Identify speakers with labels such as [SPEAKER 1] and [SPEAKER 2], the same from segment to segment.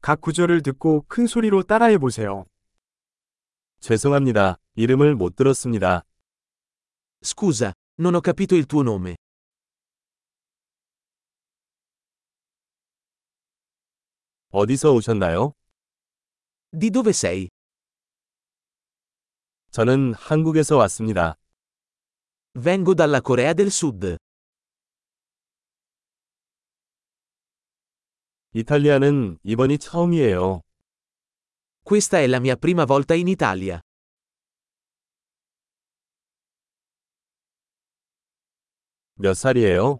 [SPEAKER 1] 각 구절을 듣고 큰 소리로 따라해 보세요.
[SPEAKER 2] 죄송합니다. 이름을 못 들었습니다.
[SPEAKER 3] Scusa, non ho capito il tuo nome.
[SPEAKER 2] 어디서 오셨나요?
[SPEAKER 3] Di dove sei?
[SPEAKER 2] 저는 한국에서 왔습니다.
[SPEAKER 3] Vengo dalla Corea del Sud.
[SPEAKER 2] 이탈리아는 이번이 처음이에요.
[SPEAKER 3] Questa è la mia prima volta in Italia.
[SPEAKER 2] 몇 살이에요?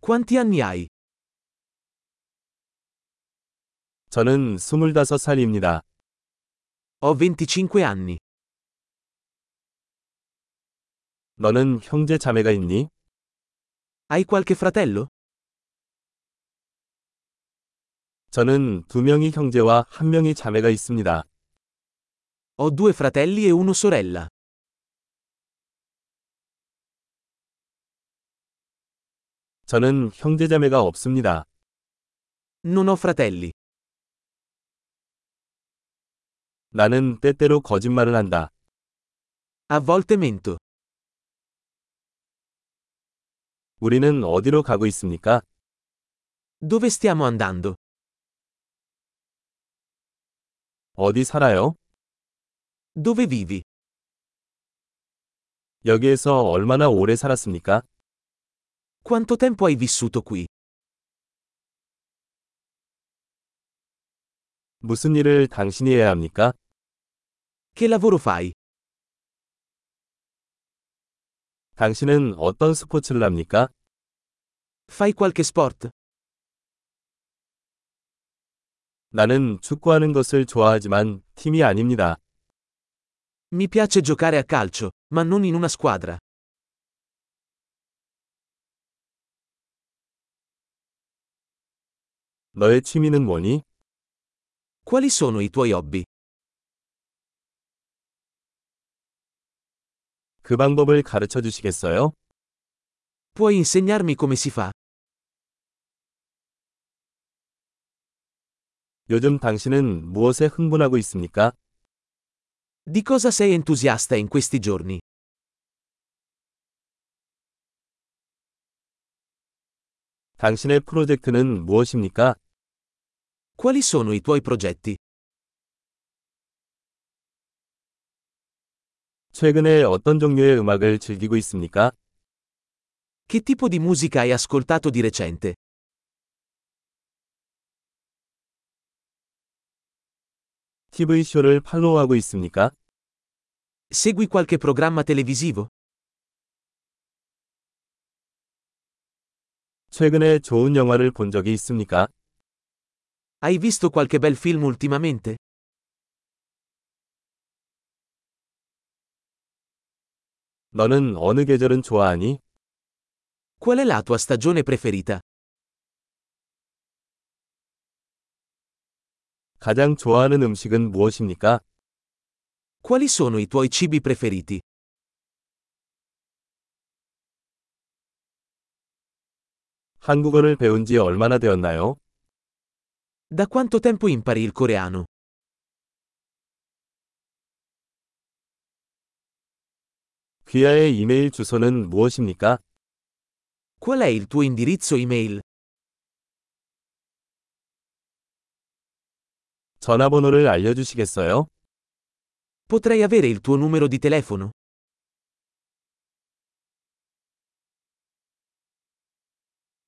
[SPEAKER 3] Quanti anni hai?
[SPEAKER 2] 저는 25살입니다.
[SPEAKER 3] Ho 25 anni.
[SPEAKER 2] 너는 형제 자매가 있니?
[SPEAKER 3] Hai qualche fratello?
[SPEAKER 2] 저는 두 명이 형제와 한 명이 자매가 있습니다.
[SPEAKER 3] Ho due fratelli e una sorella.
[SPEAKER 2] 저는 형제 자매가 없습니다.
[SPEAKER 3] Non ho fratelli.
[SPEAKER 2] 나는 때때로 거짓말을 한다.
[SPEAKER 3] A volte mento.
[SPEAKER 2] 우리는 어디로 가고 있습니까?
[SPEAKER 3] Dove stiamo andando?
[SPEAKER 2] 어디 살아요?
[SPEAKER 3] Dove vivi?
[SPEAKER 2] 여기에서 얼마나 오래 살았습니까?
[SPEAKER 3] Quanto tempo hai vissuto qui?
[SPEAKER 2] 무슨 일을 당신이 해야 합니까?
[SPEAKER 3] Che lavoro fai?
[SPEAKER 2] 당신은 어떤 스포츠를 합니까?
[SPEAKER 3] Fai qualche sport?
[SPEAKER 2] 나는 축구하는 것을 좋아하지만 팀이 아닙니다.
[SPEAKER 3] Mi piace giocare a calcio, ma non in una squadra.
[SPEAKER 2] 너의 취미는 뭐니?
[SPEAKER 3] Quali sono i tuoi hobby?
[SPEAKER 2] 그 방법을 가르쳐 주시겠어요?
[SPEAKER 3] Puoi insegnarmi come si fa?
[SPEAKER 2] 요즘 당신은 무엇에 흥분하고 있습니까?
[SPEAKER 3] Di cosa sei entusiasta in questi giorni?
[SPEAKER 2] 당신의 프로젝트는 무엇입니까?
[SPEAKER 3] Quali sono i tuoi progetti?
[SPEAKER 2] 최근에 어떤 종류의 음악을 즐기고 있습니까?
[SPEAKER 3] Che tipo di musica hai ascoltato di recente?
[SPEAKER 2] TV쇼를 팔로우하고 있습니까?
[SPEAKER 3] Segui qualche programma televisivo?
[SPEAKER 2] 최근에 좋은 영화를 본 적이 있습니까?
[SPEAKER 3] Hai visto qualche bel film ultimamente?
[SPEAKER 2] 너는 어느 계절은 좋아하니?
[SPEAKER 3] Qual è la tua stagione preferita?
[SPEAKER 2] 가장 좋아하는 음식은 무엇입니까?
[SPEAKER 3] Quali sono i tuoi cibi preferiti?
[SPEAKER 2] 한국어를 배운 지 얼마나 되었나요?
[SPEAKER 3] Da quanto tempo impari il coreano?
[SPEAKER 2] 귀하의 이메일 주소는 무엇입니까?
[SPEAKER 3] Qual è il tuo indirizzo email?
[SPEAKER 2] 전화번호를 알려주시겠어요?
[SPEAKER 3] Potrei avere il tuo numero di telefono?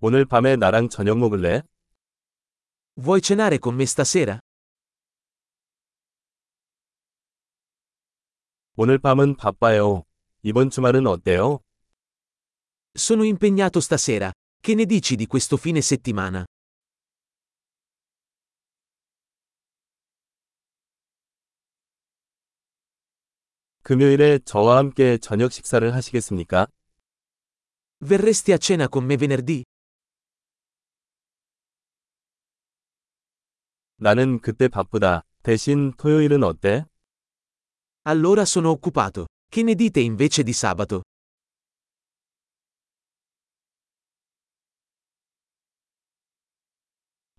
[SPEAKER 2] 오늘 밤에 나랑 저녁 먹을래?
[SPEAKER 3] Vuoi cenare con me stasera?
[SPEAKER 2] 오늘 밤은 바빠요. 이번 주말은 어때요?
[SPEAKER 3] Sono impegnato stasera. Che ne dici di questo fine settimana?
[SPEAKER 2] 금요일에 저와 함께 저녁 식사를 하시겠습니까?
[SPEAKER 3] Verresti a cena con me venerdì?
[SPEAKER 2] 나는 그때 바쁘다. 대신 토요일은 어때?
[SPEAKER 3] Allora sono occupato. Che ne dite invece di sabato?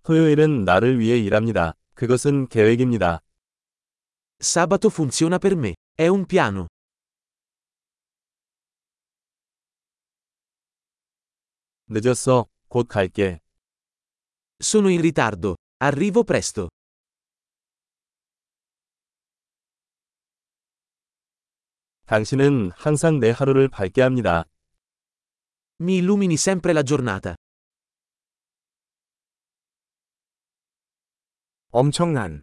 [SPEAKER 2] 토요일은 나를 위해 일합니다. 그것은 계획입니다.
[SPEAKER 3] Sabato funziona per me. È un piano.
[SPEAKER 2] 늦었어. 곧 갈게.
[SPEAKER 3] Sono in ritardo. Arrivo presto.
[SPEAKER 2] 당신은 항상 내 하루를 밝게 합니다.
[SPEAKER 3] Mi illumini sempre la giornata.
[SPEAKER 1] 엄청난